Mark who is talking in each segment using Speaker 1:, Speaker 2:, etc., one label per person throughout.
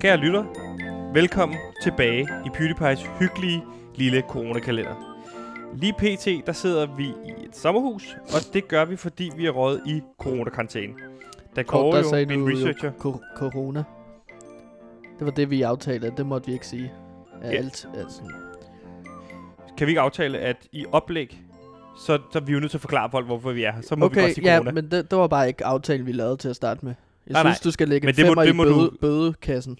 Speaker 1: Kære lytter, velkommen tilbage i PewDiePies hyggelige lille coronakalender. Lige pt, der sidder vi i et sommerhus, og det gør vi, fordi vi er røget i coronakarantæne. Da Kåre
Speaker 2: der
Speaker 1: jo,
Speaker 2: sagde
Speaker 1: min
Speaker 2: du jo
Speaker 1: researcher,
Speaker 2: Cor- corona. Det var det, vi aftalte, at det måtte vi ikke sige. Af
Speaker 1: Ja.
Speaker 2: alt, altså.
Speaker 1: kan vi ikke aftale, at i oplæg, så, så er vi jo nødt til at forklare folk, hvorfor vi er her. Så må vi godt
Speaker 2: Okay,
Speaker 1: sige
Speaker 2: ja,
Speaker 1: corona.
Speaker 2: men det, det var bare ikke aftalen, vi lavede til at starte med. Jeg
Speaker 1: Nej,
Speaker 2: nej, synes,
Speaker 1: nej.
Speaker 2: du skal lægge
Speaker 1: Men
Speaker 2: en
Speaker 1: det må-
Speaker 2: femmer i
Speaker 1: det må
Speaker 2: bøde,
Speaker 1: du-
Speaker 2: bødekassen.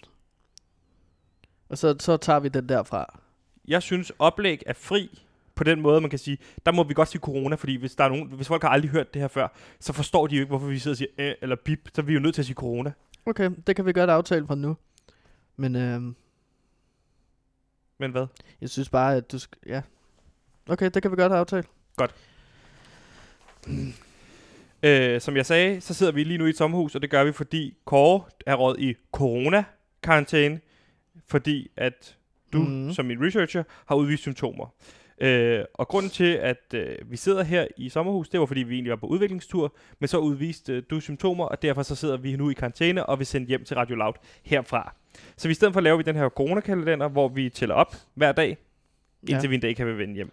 Speaker 2: Og så, så tager vi den derfra.
Speaker 1: jeg synes, oplæg er fri på den måde, man kan sige, der må vi godt sige corona, fordi hvis, der er nogen, hvis folk har aldrig hørt det her før, så forstår de jo ikke, hvorfor vi sidder og siger, øh, eller bip, så er vi jo nødt til at sige corona.
Speaker 2: Okay, det kan vi godt aftale fra nu. Men øhm,
Speaker 1: Men hvad?
Speaker 2: jeg synes bare, at du skal... Ja. Okay, det kan vi godt aftale.
Speaker 1: Øh, som jeg sagde, så sidder vi lige nu i et sommerhus, og det gør vi, fordi Kåre er råd i corona-karantæne, fordi at du, mm.
Speaker 2: Mhm.
Speaker 1: som min researcher, har udvist symptomer. Øh, og grunden til, at øh, vi sidder her i sommerhus, det var, fordi vi egentlig var på udviklingstur, men så udviste øh, du symptomer, og derfor så sidder vi nu i karantæne og vil sende hjem til Radio Loud herfra. Så i stedet for laver vi den her coronakalender, hvor vi tæller op hver dag,
Speaker 2: Ja.
Speaker 1: indtil vi en dag kan vende hjem.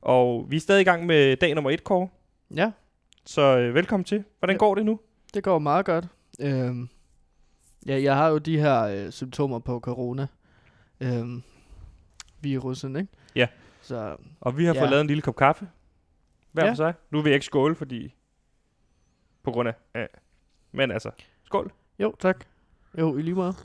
Speaker 1: Og vi er stadig i gang med dag nummer et, Kåre.
Speaker 2: Ja,
Speaker 1: Så øh, velkommen til. Hvordan
Speaker 2: Ja.
Speaker 1: går det nu?
Speaker 2: det går meget godt. Øhm, ja, jeg har jo de her øh, symptomer på corona. Øhm, virusen, ikke?
Speaker 1: Ja.
Speaker 2: Så
Speaker 1: Og vi har ja.
Speaker 2: Ja.
Speaker 1: fået lavet en lille kop kaffe. Hver ja.
Speaker 2: Ja.
Speaker 1: for sig. Nu vil jeg ikke skåle, fordi... På grund af... Ja. Men altså, skål.
Speaker 2: jo, tak. Jo, i lige meget.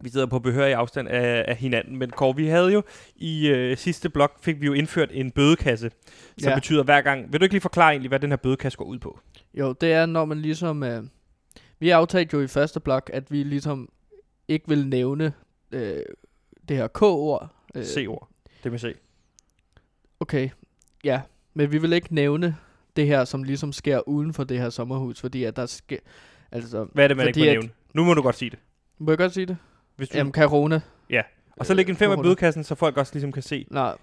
Speaker 1: Vi sidder på behørig afstand af, af hinanden. Men Kåre, vi havde jo i øh, sidste blok, fik vi jo indført en bødekasse. Som ja.
Speaker 2: Ja.
Speaker 1: betyder hver gang... Vil du ikke lige forklare egentlig, hvad den her bødekasse går ud på?
Speaker 2: Jo, det er, når man ligesom... Øh, vi aftalte jo i første blok, at vi ligesom ikke vil nævne øh, det her K-ord.
Speaker 1: Øh. C-ord. Det med C.
Speaker 2: Okay, ja. Men vi vil ikke nævne det her, som ligesom sker uden for det her sommerhus, fordi at der sker... Altså,
Speaker 1: Hvad er det, man Fordi
Speaker 2: Fordi
Speaker 1: ikke må
Speaker 2: at-
Speaker 1: nævne? Nu må du godt sige det.
Speaker 2: må jeg godt sige det?
Speaker 1: Hvis du,
Speaker 2: Jamen, corona.
Speaker 1: og så læg en
Speaker 2: øh,
Speaker 1: fem i
Speaker 2: corona.
Speaker 1: bødekassen, så folk også ligesom kan se.
Speaker 2: Nej,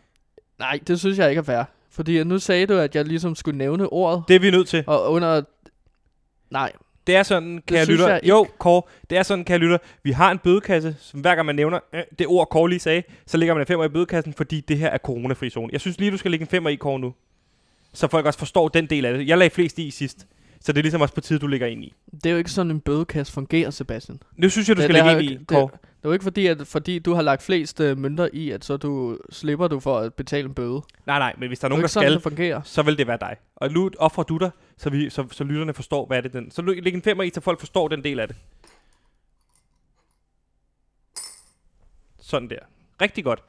Speaker 2: nej, det synes jeg ikke er fair. Fordi at nu sagde du, at jeg ligesom skulle nævne ordet,
Speaker 1: Det er vi nødt til.
Speaker 2: og under... Nej,
Speaker 1: Det er sådan, kan jeg
Speaker 2: synes
Speaker 1: lytter.
Speaker 2: jeg ikke.
Speaker 1: jo, Kåre, det er sådan, kan jeg lytter. Vi har en bødekasse, som hver gang man nævner øh, det ord, Kåre lige sagde, så lægger man en femmer i bødekassen, fordi det her er coronafri zone. Jeg synes lige, du skal lægge en femmer i, Kåre, nu. Så folk også forstår den del af det. Jeg lagde flest i sidst, så det er ligesom også på tide, du ligger ind i.
Speaker 2: det er jo ikke sådan, en bødekasse fungerer, Sebastian.
Speaker 1: Nu synes jeg, du
Speaker 2: Det-
Speaker 1: skal
Speaker 2: det
Speaker 1: lægge
Speaker 2: har
Speaker 1: ind
Speaker 2: jo
Speaker 1: i,
Speaker 2: ikke-
Speaker 1: Kåre.
Speaker 2: Det er jo ikke fordi, at fordi du har lagt flest øh, mønter i, at så du slipper du for at betale en bøde.
Speaker 1: Nej, nej, men hvis der er
Speaker 2: det er jo
Speaker 1: nogen, der
Speaker 2: ikke sådan,
Speaker 1: skal,
Speaker 2: det fungerer.
Speaker 1: så vil det være dig. Og nu offrer du dig, så, vi, så, så lytterne forstår, hvad er det den. Så læg læg en femmer i, så folk forstår den del af det. Sådan der. Rigtig godt.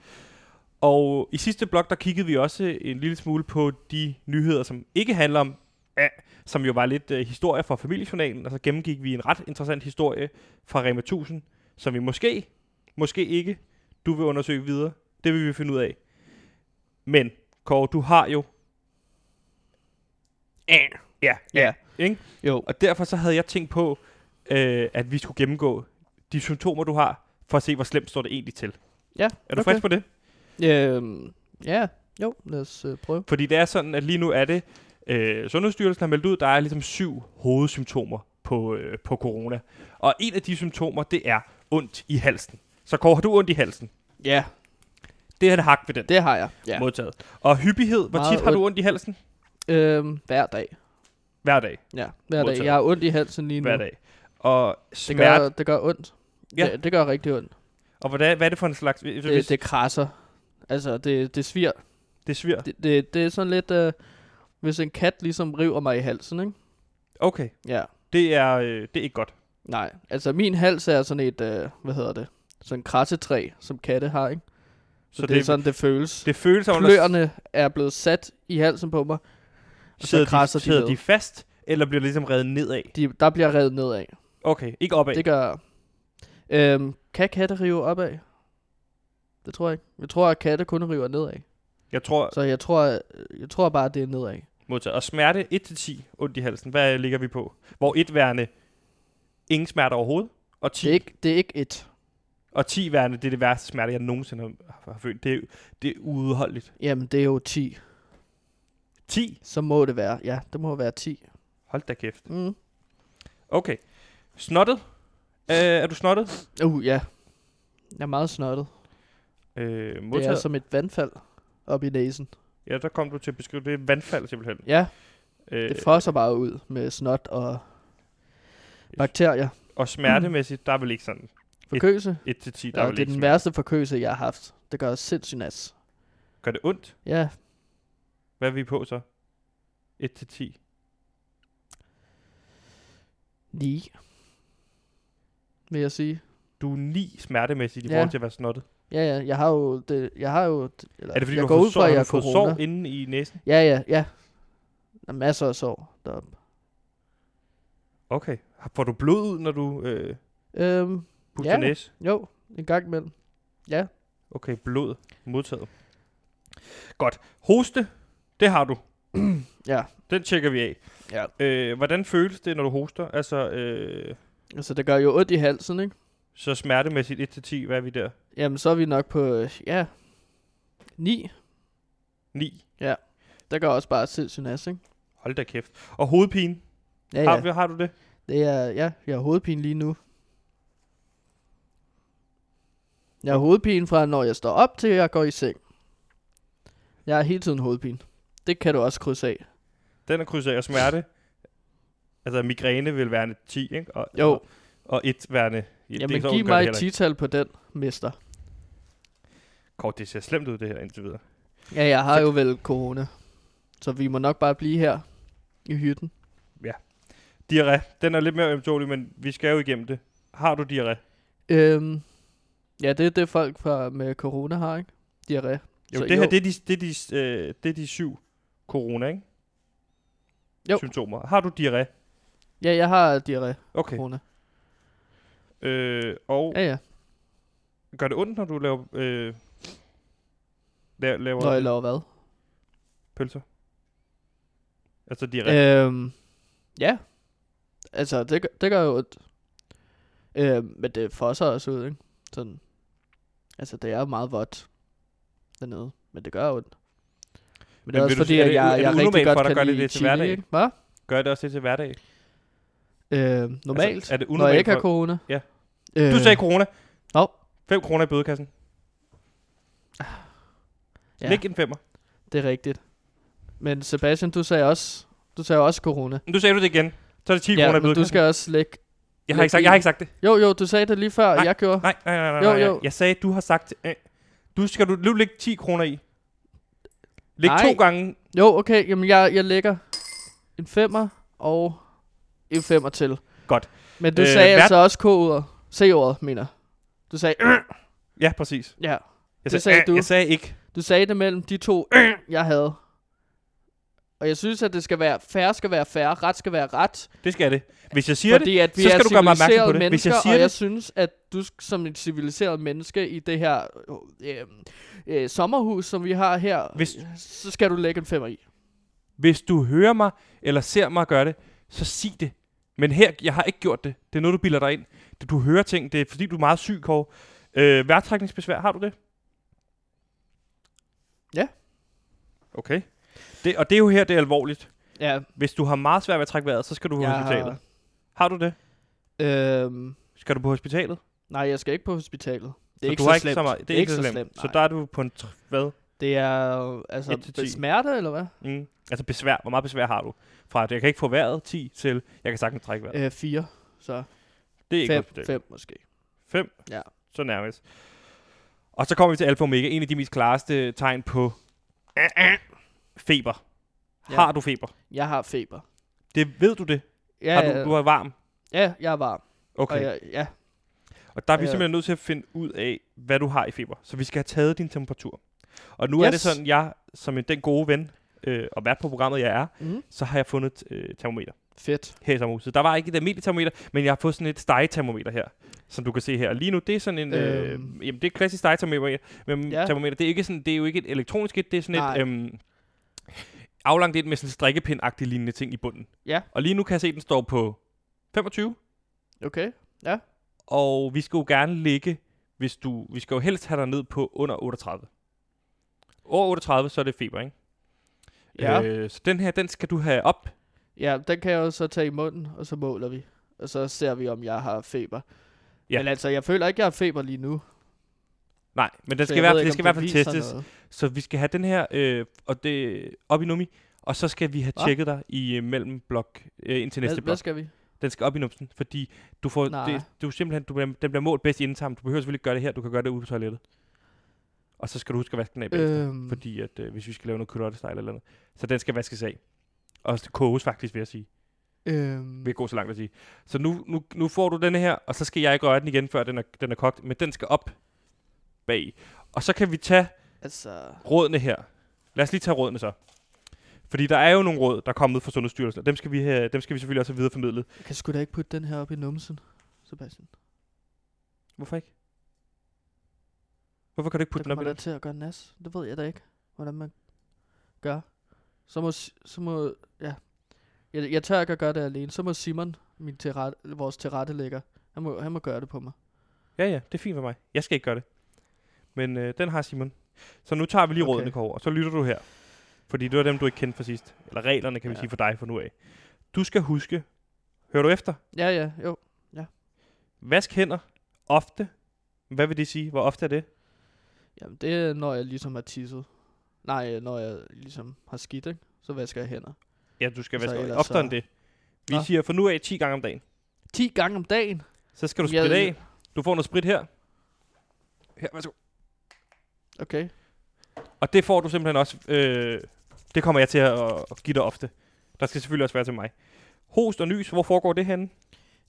Speaker 1: Og i sidste blok, der kiggede vi også en lille smule på de nyheder, som ikke handler om ja, som jo var lidt øh, historie fra familiejournalen, og så gennemgik vi en ret interessant historie fra Rema 1000, som vi måske, måske ikke, du vil undersøge videre. Det vil vi finde ud af. Men, Kåre, du har jo Ja, ja, ja.
Speaker 2: Ja.
Speaker 1: Ikke?
Speaker 2: Jo.
Speaker 1: Og derfor så havde jeg tænkt på, øh, at vi skulle gennemgå de symptomer, du har, for at se, hvor slemt står det egentlig til.
Speaker 2: Ja,
Speaker 1: Er du okay.
Speaker 2: okay.
Speaker 1: frisk på det?
Speaker 2: Øhm, ja, jo, lad os øh, prøve.
Speaker 1: Fordi det er sådan, at lige nu er det, øh, Sundhedsstyrelsen har meldt ud, der er ligesom syv hovedsymptomer på, øh, på corona. Og en af de symptomer, det er ondt i halsen. Så Kåre, har du ondt i halsen?
Speaker 2: Ja,
Speaker 1: Det er et hak ved den.
Speaker 2: det har jeg. Ja.
Speaker 1: Modtaget. Og hyppighed, hvor
Speaker 2: Meget
Speaker 1: tit har du ondt i halsen?
Speaker 2: Øhm, hver dag.
Speaker 1: Hver dag.
Speaker 2: Ja, hver dag.
Speaker 1: Modtaget.
Speaker 2: Jeg har ondt i halsen lige nu.
Speaker 1: Hver dag. Og
Speaker 2: Det
Speaker 1: smerte.
Speaker 2: gør, det gør ondt.
Speaker 1: Ja.
Speaker 2: Ja. Det, det gør rigtig ondt.
Speaker 1: Og hvordan, hvad er det for en slags... Det,
Speaker 2: Det,
Speaker 1: det,
Speaker 2: det krasser. Altså, det, det svir.
Speaker 1: det svir.
Speaker 2: Det, det, det er sådan lidt, øh, hvis en kat ligesom river mig i halsen, ikke?
Speaker 1: Okay.
Speaker 2: Ja.
Speaker 1: Det er, øh, det er ikke godt.
Speaker 2: Nej, altså min hals er sådan et, øh, hvad hedder det? Sådan en krassetræ, som katte har, ikke? Så, så det, det er sådan, det føles. Det
Speaker 1: det føles som, om der
Speaker 2: Kløerne er blevet sat i halsen på mig. og så
Speaker 1: sidder,
Speaker 2: krasser
Speaker 1: de,
Speaker 2: de
Speaker 1: sidder
Speaker 2: ned.
Speaker 1: de fast, eller bliver det ligesom reddet nedad?
Speaker 2: De, der bliver revet nedad.
Speaker 1: Okay, ikke opad.
Speaker 2: Det gør... Øhm, kan katte rive opad? Det tror jeg ikke. Jeg tror, at katte kun river nedad.
Speaker 1: Jeg tror,
Speaker 2: Så jeg tror, jeg tror bare, det er nedad.
Speaker 1: modtaget. Og smerte 1-10, ondt i halsen. Hvad ligger vi på? Hvor et værende, ingen smerte overhovedet, og 10,
Speaker 2: Det er ikke, det er ikke et.
Speaker 1: og 10 værende, det er det værste smerte, jeg nogensinde har, har følt. Det er, det er uudholdeligt.
Speaker 2: Jamen, det er jo 10.
Speaker 1: 10?
Speaker 2: Så må det være. Mm. Ja, det må være 10.
Speaker 1: Hold da kæft.
Speaker 2: Mm.
Speaker 1: Okay. Snottet Øh, er du snottet?
Speaker 2: Uh, ja. Jeg er meget snottet.
Speaker 1: Øh,
Speaker 2: Det er altså-
Speaker 1: modtaget.
Speaker 2: som et vandfald op i næsen.
Speaker 1: Ja, der kom du til at beskrive det er vandfald simpelthen.
Speaker 2: Ja,
Speaker 1: Øh,
Speaker 2: det fosser bare ud med snot og bakterier.
Speaker 1: og smertemæssigt, der er vel ikke sådan
Speaker 2: Forkøse.
Speaker 1: 1-10, der
Speaker 2: Ja,
Speaker 1: er
Speaker 2: og
Speaker 1: vel
Speaker 2: det er
Speaker 1: ikke
Speaker 2: den
Speaker 1: sådan-
Speaker 2: værste forkøse, jeg har haft. Det gør sindssygt nas.
Speaker 1: Gør det ondt?
Speaker 2: Ja,
Speaker 1: Hvad er vi på så? 1-10.
Speaker 2: 9. Vil jeg sige.
Speaker 1: Du er 9 smertemæssigt i
Speaker 2: Ja.
Speaker 1: forhold til at være snottet.
Speaker 2: Ja, ja, jeg har jo... Det, jeg har jo eller,
Speaker 1: Er det fordi,
Speaker 2: jeg
Speaker 1: du har
Speaker 2: går
Speaker 1: fået,
Speaker 2: ud
Speaker 1: sår,
Speaker 2: fra, at jeg
Speaker 1: har
Speaker 2: er
Speaker 1: du fået
Speaker 2: corona.
Speaker 1: sår inden i næsen?
Speaker 2: Ja, ja, ja. Der er masser af sår deroppe.
Speaker 1: Okay. Har- Får du blod ud, når du øh,
Speaker 2: Øhm,
Speaker 1: puster
Speaker 2: Ja.
Speaker 1: næse?
Speaker 2: jo, en gang imellem.
Speaker 1: Okay, blod modtaget. Godt. Hoste, det har du.
Speaker 2: Ja.
Speaker 1: Den tjekker vi af.
Speaker 2: Ja.
Speaker 1: Øh, hvordan føles det, når du hoster? Altså, øh,
Speaker 2: Altså, det gør jo ondt i halsen, ikke?
Speaker 1: så smertemæssigt 1-10, hvad er vi der?
Speaker 2: Jamen, så er vi nok på, øh, ja, 9.
Speaker 1: 9.
Speaker 2: Der gør også bare sindssygt nas, ikke?
Speaker 1: Hold da kæft. Og hovedpine,
Speaker 2: Ja,
Speaker 1: ja, ja. Har,
Speaker 2: ja.
Speaker 1: vi- har du det?
Speaker 2: Det er, ja, jeg har hovedpine lige nu. Jeg har hovedpine fra, når jeg står op til, jeg går i seng. Jeg har hele tiden hovedpine. Det kan du også krydse af.
Speaker 1: Den er krydset af og smerte. Altså migræne vil være en 10, ikke? Og,
Speaker 2: Jo,
Speaker 1: Og, og et værende. Ja, det er
Speaker 2: jamen
Speaker 1: så gør
Speaker 2: giv
Speaker 1: det
Speaker 2: mig et
Speaker 1: heller ikke.
Speaker 2: tital på den, mester.
Speaker 1: Kort, det ser slemt ud, det her indtil videre.
Speaker 2: Ja, jeg har
Speaker 1: Fedt.
Speaker 2: jo vel corona. Så vi må nok bare blive her i hytten.
Speaker 1: Diarré, den er lidt mere ømtålig, men vi skal jo igennem det. Har du diarré?
Speaker 2: Øhm, ja, det er det folk fra, med corona har, ikke? Diarré.
Speaker 1: Jo,
Speaker 2: Så
Speaker 1: det her, det er de, det er de, øh, det er de syv corona, ikke?
Speaker 2: Jo.
Speaker 1: Symptomer. Har du diarré?
Speaker 2: Ja, jeg har diarré,
Speaker 1: Okay.
Speaker 2: corona.
Speaker 1: Øh, og
Speaker 2: Ja, ja.
Speaker 1: gør det ondt, når du laver, øh, la- laver
Speaker 2: Når jeg laver hvad?
Speaker 1: pølser? Altså diarré?
Speaker 2: Øhm, ja. Altså, det, gør- det gør jo ondt. Øhm, men det fosser også ud, ikke? Sådan. Altså, det er jo meget vådt dernede, men det gør ondt. Men det
Speaker 1: vil
Speaker 2: er også
Speaker 1: du
Speaker 2: fordi,
Speaker 1: sige, er
Speaker 2: at
Speaker 1: det u- er
Speaker 2: jeg,
Speaker 1: det
Speaker 2: jeg rigtig
Speaker 1: unormalt for dig
Speaker 2: godt
Speaker 1: at
Speaker 2: kan
Speaker 1: gøre det
Speaker 2: lide
Speaker 1: lidt til
Speaker 2: chili,
Speaker 1: hverdag?
Speaker 2: ikke? Hvad?
Speaker 1: Gør det også det til hverdag?
Speaker 2: Øhm, normalt,
Speaker 1: Altså, er det
Speaker 2: når jeg
Speaker 1: unormalt
Speaker 2: ikke har
Speaker 1: for...
Speaker 2: corona.
Speaker 1: Ja.
Speaker 2: Øh,
Speaker 1: Du sagde corona.
Speaker 2: Nå.
Speaker 1: 5 kroner i bødekassen. Ja.
Speaker 2: Ah. Ja.
Speaker 1: Læg en femmer.
Speaker 2: Det er rigtigt. Men Sebastian, du sagde også, du sagde også corona.
Speaker 1: Nu sagde du det igen. Så er det 10
Speaker 2: ja,
Speaker 1: kroner i
Speaker 2: men du
Speaker 1: bødekassen.
Speaker 2: skal også lægge...
Speaker 1: Jeg, har ikke sagt, jeg har ikke sagt det.
Speaker 2: Jo, jo, du sagde det lige før,
Speaker 1: Nej,
Speaker 2: jeg gjorde.
Speaker 1: Nej, nej, nej, nej.
Speaker 2: Jo,
Speaker 1: nej.
Speaker 2: jo.
Speaker 1: Jeg, jeg sagde, du har sagt... Øh, du skal du nu lægge 10 kroner i. Læg
Speaker 2: Nej.
Speaker 1: to gange.
Speaker 2: Jo, okay, jamen jeg, jeg lægger en femmer og en femmer til.
Speaker 1: Godt.
Speaker 2: Men du
Speaker 1: Øh,
Speaker 2: øh, sagde
Speaker 1: hvad-
Speaker 2: altså også K-ordet. C-ordet, mener. Du sagde... Øh,
Speaker 1: Ja, præcis.
Speaker 2: ja.
Speaker 1: Jeg
Speaker 2: Det sagde
Speaker 1: "Ah",
Speaker 2: du.
Speaker 1: Jeg sagde ikke.
Speaker 2: Du sagde det mellem de to, øh, jeg havde. Og jeg synes, at det skal være færre skal være færre, ret skal være ret.
Speaker 1: Det skal det. Hvis jeg siger det,
Speaker 2: fordi at vi
Speaker 1: så skal
Speaker 2: er
Speaker 1: du gøre mig opmærksom på
Speaker 2: civiliserede
Speaker 1: det. Hvis
Speaker 2: mennesker,
Speaker 1: jeg siger
Speaker 2: og
Speaker 1: det-
Speaker 2: jeg synes, at du sk- som et civiliseret menneske i det her øh, øh, sommerhus, som vi har her,
Speaker 1: Hvis-
Speaker 2: Hvis... så skal du lægge en femmer i.
Speaker 1: hvis du hører mig eller ser mig gøre det, så sig det. Men her, jeg har ikke gjort det. Det er noget, du bilder dig ind. Det, du hører ting. Det er fordi, du er meget syg, Kåre. Øh, værtrækningsbesvær, har du det?
Speaker 2: Ja.
Speaker 1: Okay. Det, og det er jo her, det er alvorligt.
Speaker 2: Ja,
Speaker 1: Hvis du har meget svært ved at trække vejret, så skal du på
Speaker 2: jeg
Speaker 1: ja. hospitalet.
Speaker 2: har,
Speaker 1: Har du det?
Speaker 2: øhm,
Speaker 1: Skal du på hospitalet?
Speaker 2: nej, jeg skal ikke på hospitalet. Det er
Speaker 1: så
Speaker 2: ikke
Speaker 1: du
Speaker 2: så
Speaker 1: har
Speaker 2: slemt.
Speaker 1: Ikke så meget, det er ikke så slemt. så
Speaker 2: nej.
Speaker 1: der er du på en... Tr- hvad?
Speaker 2: Det er øh,
Speaker 1: Et til
Speaker 2: altså
Speaker 1: ti.
Speaker 2: smerte, eller hvad?
Speaker 1: Mm. Altså besvær. Hvor meget besvær har du? Fra at jeg kan ikke få vejret 10 til, jeg kan sagtens trække vejret.
Speaker 2: Øh, fire, så
Speaker 1: det er ikke
Speaker 2: fem,
Speaker 1: hospitalet.
Speaker 2: fem måske.
Speaker 1: 5.
Speaker 2: Ja.
Speaker 1: Så nærmest. Og så kommer vi til alfa og omega. En af de mest klareste tegn på feber.
Speaker 2: Ja.
Speaker 1: Har du feber?
Speaker 2: Jeg har feber.
Speaker 1: Det ved du det.
Speaker 2: Ja,
Speaker 1: har du, du er varm.
Speaker 2: ja jeg er varm.
Speaker 1: Okay.
Speaker 2: Og
Speaker 1: Og,
Speaker 2: jeg, ja,
Speaker 1: der er vi
Speaker 2: ja.
Speaker 1: simpelthen nødt til at finde ud af, hvad du har i feber. Så vi skal have taget din temperatur. Og nu yes. er det
Speaker 2: Yes.
Speaker 1: sådan, jeg som en, den gode ven øh, og vært på programmet, jeg er,
Speaker 2: mm,
Speaker 1: så har jeg fundet øh, termometer
Speaker 2: fedt.
Speaker 1: her i sommerhuset. Der var ikke et almindeligt termometer, men jeg har fået sådan et stegetermometer her, som du kan se her. Lige nu, det er sådan en... Øh,
Speaker 2: Øhm.
Speaker 1: jamen, det er et klassisk stegetermometer. Men ja.
Speaker 2: Ja.
Speaker 1: termometer, det, er ikke sådan, det er jo ikke et elektronisk et, det er sådan
Speaker 2: Nej.
Speaker 1: et... Øhm, aflangt et med sådan en strikkepind lignende ting i bunden.
Speaker 2: Ja.
Speaker 1: Og lige nu kan jeg se, at den står på 25,
Speaker 2: Okay.
Speaker 1: og vi skal jo gerne ligge, hvis du... Vi skal jo helst have dig ned på under 38. Over 38, så er det feber, ikke?
Speaker 2: Ja.
Speaker 1: Øh, så den her, den skal du have op.
Speaker 2: Ja, den kan jeg jo så tage i munden, og så måler vi. Og så ser vi, om jeg har feber.
Speaker 1: Ja.
Speaker 2: Ja. Men altså, jeg føler ikke, jeg har feber lige nu.
Speaker 1: Nej, men den
Speaker 2: så
Speaker 1: skal, i
Speaker 2: jeg
Speaker 1: hvert,
Speaker 2: ved
Speaker 1: fald-
Speaker 2: ikke,
Speaker 1: den
Speaker 2: om
Speaker 1: skal i hvert fald
Speaker 2: det viser
Speaker 1: testes.
Speaker 2: noget.
Speaker 1: Så vi skal have den her øh, og det op i nummi, og så skal vi have
Speaker 2: Hva?
Speaker 1: tjekket dig i øh, mellemblok øh, indtil næste
Speaker 2: Hvad, hvad
Speaker 1: blok.
Speaker 2: skal vi?
Speaker 1: Den skal op i numsen, fordi du får
Speaker 2: Nej.
Speaker 1: det, du er simpelthen du bliver, den bliver målt bedst i indtarmen. Du behøver selvfølgelig ikke gøre det her, du kan gøre det ude på toilettet. Og så skal du huske at vaske den af bagefter,
Speaker 2: Øhm.
Speaker 1: fordi at, øh, hvis vi skal lave noget kølottestyle eller noget, så den skal vaskes af. Og så koges faktisk, vil jeg sige.
Speaker 2: Øhm,
Speaker 1: Vil jeg gå så langt at sige. Så nu, nu, nu får du den her, og så skal jeg ikke røre den igen, før den er, den er kogt. Men den skal op bag. Og så kan vi tage
Speaker 2: altså,
Speaker 1: rådene her. Lad os lige tage rådene så. Fordi der er jo nogle råd, der er kommet fra Sundhedsstyrelsen, og dem skal vi, have, dem skal vi selvfølgelig også have videreformidlet.
Speaker 2: jeg kan sgu da ikke putte den her op i numsen, Sebastian.
Speaker 1: Hvorfor ikke? Hvorfor kan du ikke
Speaker 2: Putte
Speaker 1: putte
Speaker 2: der
Speaker 1: den op
Speaker 2: kommer
Speaker 1: i
Speaker 2: der
Speaker 1: den?
Speaker 2: til at gøre nas. Det ved jeg da ikke, hvordan man gør. Så må, Si- så må ja. Jeg, jeg tør ikke at gøre det alene. Så må Simon, min tilret, vores tilrettelægger, han må, han må gøre det på mig.
Speaker 1: Ja, ja, det er fint for mig. Jeg skal ikke gøre det. Men øh, den har Simon. Så nu tager vi lige
Speaker 2: Okay.
Speaker 1: rådene over, og så lytter du her. Fordi det var dem, du ikke kendte fra sidst. Eller reglerne, kan vi
Speaker 2: Ja.
Speaker 1: sige, for dig for nu af. Du skal huske, hører du efter,
Speaker 2: Ja, ja, jo.
Speaker 1: vask hænder ofte. Hvad vil det sige? Hvor ofte er det?
Speaker 2: Jamen, det er, når jeg ligesom har tisset. Nej, når jeg ligesom har skidt, ikke? Så vasker jeg hænder.
Speaker 1: Ja, du skal
Speaker 2: Så
Speaker 1: vaske
Speaker 2: Altså, ellers
Speaker 1: oftere
Speaker 2: så-
Speaker 1: end det. Vi
Speaker 2: Nå.
Speaker 1: siger for nu af 10 gange om dagen.
Speaker 2: 10 gange om dagen.
Speaker 1: Så skal du
Speaker 2: Jeg-
Speaker 1: spritte af. Du får noget sprit her. Her, værsgo.
Speaker 2: Okay.
Speaker 1: Og det får du simpelthen også. Øh, det kommer jeg til at, at give dig ofte. Der skal selvfølgelig også være til mig. Host og nys, hvor foregår det henne?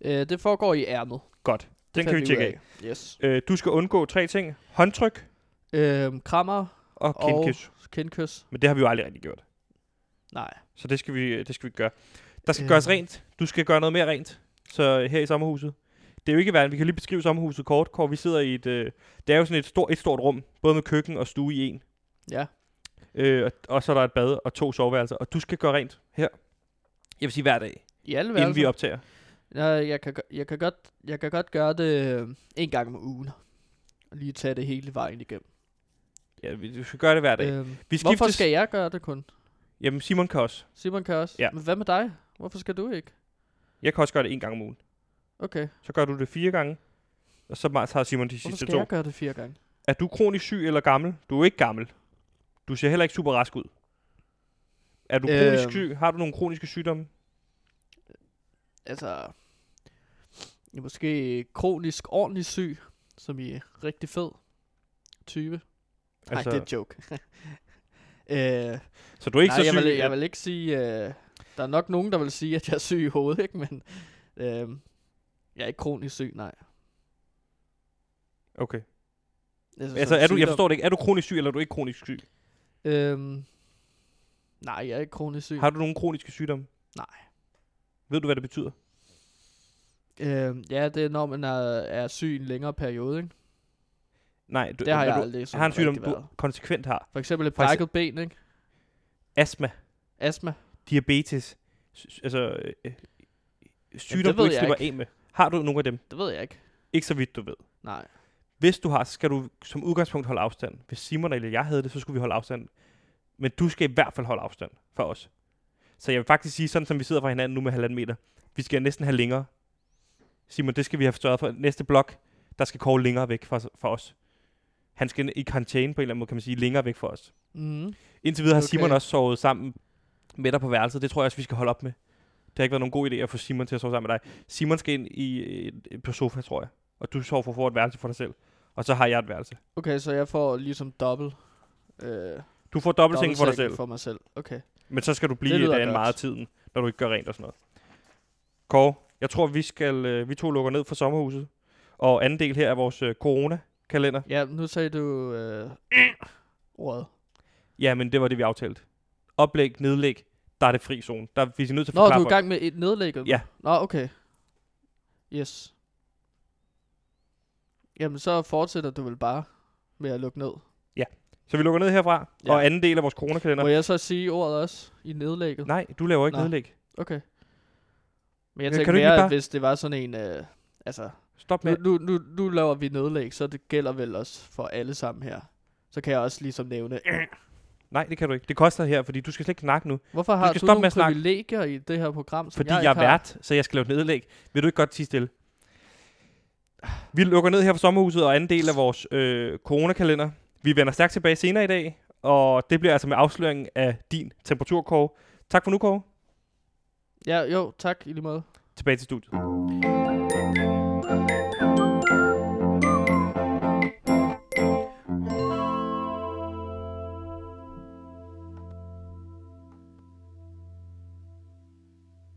Speaker 2: Øh, det foregår i ærmet.
Speaker 1: Godt. Den kan
Speaker 2: fandt
Speaker 1: vi tjekke
Speaker 2: ud
Speaker 1: af.
Speaker 2: Yes.
Speaker 1: Øh, du skal undgå tre ting. Håndtryk
Speaker 2: Øh, krammer,
Speaker 1: og
Speaker 2: Og-
Speaker 1: kindkys.
Speaker 2: kindkys.
Speaker 1: Men det har vi jo aldrig rigtig gjort.
Speaker 2: Nej.
Speaker 1: Så det skal vi, det skal vi ikke gøre. Der skal
Speaker 2: Øh.
Speaker 1: gøres rent. Du skal gøre noget mere rent. Så øh, her i sommerhuset. Det er jo ikke værd. Vi kan lige beskrive sommerhuset kort. Kåre, vi sidder i et... Øh, det er jo sådan et, stor, et stort rum. Både med køkken og stue i en.
Speaker 2: Ja.
Speaker 1: Øh, og, og så er der et bad og to soveværelser, og du skal gøre rent her. Jeg vil sige hver dag,
Speaker 2: I alle
Speaker 1: inden vi
Speaker 2: værelser.
Speaker 1: optager.
Speaker 2: Jeg, jeg, kan, gø- jeg, kan godt, jeg kan godt gøre det øh, en gang om ugen. Og lige tage det hele vejen igennem.
Speaker 1: Ja, vi du skal gøre det hver dag. Øh,
Speaker 2: Øhm,
Speaker 1: vi
Speaker 2: hvorfor skal jeg gøre det kun?
Speaker 1: Jamen, Simon kan også.
Speaker 2: Simon kan også.
Speaker 1: Ja.
Speaker 2: Men hvad med dig? Hvorfor skal du ikke?
Speaker 1: Jeg kan også gøre det en gang om ugen.
Speaker 2: Okay.
Speaker 1: Så gør du det fire gange, og så ma- tager Simon de
Speaker 2: Hvorfor
Speaker 1: sidste
Speaker 2: skal
Speaker 1: to.
Speaker 2: jeg gøre det fire gange?
Speaker 1: Er du kronisk syg eller gammel? Du er ikke gammel. Du ser heller ikke super rask ud. Er du kronisk
Speaker 2: Øhm.
Speaker 1: syg? Har du nogle kroniske sygdomme?
Speaker 2: Altså, jeg er måske kronisk ordentlig syg, som i rigtig fed type. Nej,
Speaker 1: Altså,
Speaker 2: det er en joke. øh,
Speaker 1: så du er ikke
Speaker 2: nej,
Speaker 1: så syg?
Speaker 2: jeg, vil, jeg
Speaker 1: at-
Speaker 2: vil ikke sige... Øh, der er nok nogen, der vil sige, at jeg er syg i hovedet, ikke? Men øh, jeg er ikke kronisk syg, nej.
Speaker 1: Okay.
Speaker 2: Altså,
Speaker 1: Altså,
Speaker 2: sådan
Speaker 1: er du, jeg
Speaker 2: sygdom-
Speaker 1: forstår det ikke. Er du kronisk syg, eller er du ikke kronisk syg?
Speaker 2: Øhm, nej, jeg er ikke kronisk syg.
Speaker 1: Har du nogle kroniske sygdomme?
Speaker 2: Nej.
Speaker 1: Ved du, hvad det betyder?
Speaker 2: Øhm, ja, det er, når man er, er syg i en længere periode, ikke?
Speaker 1: Nej, du,
Speaker 2: Det har
Speaker 1: men
Speaker 2: jeg
Speaker 1: du,
Speaker 2: aldrig sådan
Speaker 1: har en sygdom,
Speaker 2: rigtig
Speaker 1: du
Speaker 2: været.
Speaker 1: konsekvent har.
Speaker 2: For eksempel et
Speaker 1: For eksem-
Speaker 2: brækket ben, ikke?
Speaker 1: Astma,
Speaker 2: Astma.
Speaker 1: diabetes, s- altså øh, øh, sygdom,
Speaker 2: det
Speaker 1: du
Speaker 2: ved
Speaker 1: ikke
Speaker 2: jeg
Speaker 1: slipper af med. Har du nogle af dem?
Speaker 2: Det ved jeg ikke.
Speaker 1: Ikke så vidt, du ved.
Speaker 2: Nej.
Speaker 1: Hvis du har, så skal du som udgangspunkt holde afstand. Hvis Simon eller jeg havde det, så skulle vi holde afstand. Men du skal i hvert fald holde afstand for os. Så jeg vil faktisk sige, sådan som vi sidder fra hinanden nu med halvanden meter, vi skal næsten have længere. Simon, det skal vi have sørget for. Næste blok, der skal Kåre længere væk fra, fra os. Han skal i karantæne på en eller anden måde, kan man sige, længere væk fra os. Mm-hmm.
Speaker 2: Mm.
Speaker 1: Indtil videre har okay.
Speaker 2: Okay.
Speaker 1: Simon også sovet sammen med dig på værelset. Det tror jeg også, vi skal holde op med. Det har ikke været nogen god idé at få Simon til at sove sammen med dig. Simon skal ind i, øh, på sofa, tror jeg. Og du sover for for et værelse for dig selv. Og så har jeg et værelse.
Speaker 2: Okay, så jeg får ligesom dobbelt... Øh,
Speaker 1: Du får dobbeltsengen for dig
Speaker 2: dobbeltsengen
Speaker 1: selv.
Speaker 2: for mig selv. Okay.
Speaker 1: Men så skal du blive
Speaker 2: Det lyder
Speaker 1: det en
Speaker 2: godt.
Speaker 1: meget af tiden, når du ikke gør rent og sådan noget. Kåre, jeg tror, vi, skal, øh, vi to lukker ned for sommerhuset. Og anden del her er vores øh, corona-kalender.
Speaker 2: Ja, nu sagde du... Øh, ordet.
Speaker 1: Ja, men det var det, vi aftalte. Oplæg, nedlæg, der er det fri zone. Der er vi er nødt til at
Speaker 2: Nå,
Speaker 1: forklare
Speaker 2: du er i
Speaker 1: folk-
Speaker 2: gang med et nedlægget?
Speaker 1: Ja.
Speaker 2: Nå, okay. Yes. Jamen, så fortsætter du vel bare med at lukke ned.
Speaker 1: Så vi lukker ned herfra.
Speaker 2: Ja.
Speaker 1: Og anden del af vores coronakalender.
Speaker 2: Må jeg så sige ordet også i nedlægget?
Speaker 1: Nej, du laver ikke
Speaker 2: Nå.
Speaker 1: nedlæg.
Speaker 2: Okay. Men
Speaker 1: Men
Speaker 2: jeg tænker
Speaker 1: kan du ikke
Speaker 2: mere,
Speaker 1: bare-
Speaker 2: bare... hvis det var sådan en... Øh, altså,
Speaker 1: Stop med.
Speaker 2: nu, nu, nu, nu laver vi nedlæg, så det gælder vel også for alle sammen her. Så kan jeg også ligesom nævne...
Speaker 1: Nej, det kan du ikke. Det koster her, fordi du skal slet ikke snakke nu.
Speaker 2: Hvorfor har
Speaker 1: skal
Speaker 2: du,
Speaker 1: stoppe med
Speaker 2: nogle
Speaker 1: at snakke.
Speaker 2: privilegier i det her program, som
Speaker 1: Fordi
Speaker 2: jeg,
Speaker 1: jeg, jeg er
Speaker 2: ikke har?
Speaker 1: vært, så jeg skal lave et nedlæg. Vil du ikke godt sige stille? Vi lukker ned her fra sommerhuset og anden del af vores øh, coronakalender. Vi vender stærkt tilbage senere i dag, og det bliver altså med afsløringen af din temperatur, Kåre. Tak for nu, Kåre.
Speaker 2: Ja, jo, tak i lige måde.
Speaker 1: Tilbage til studiet.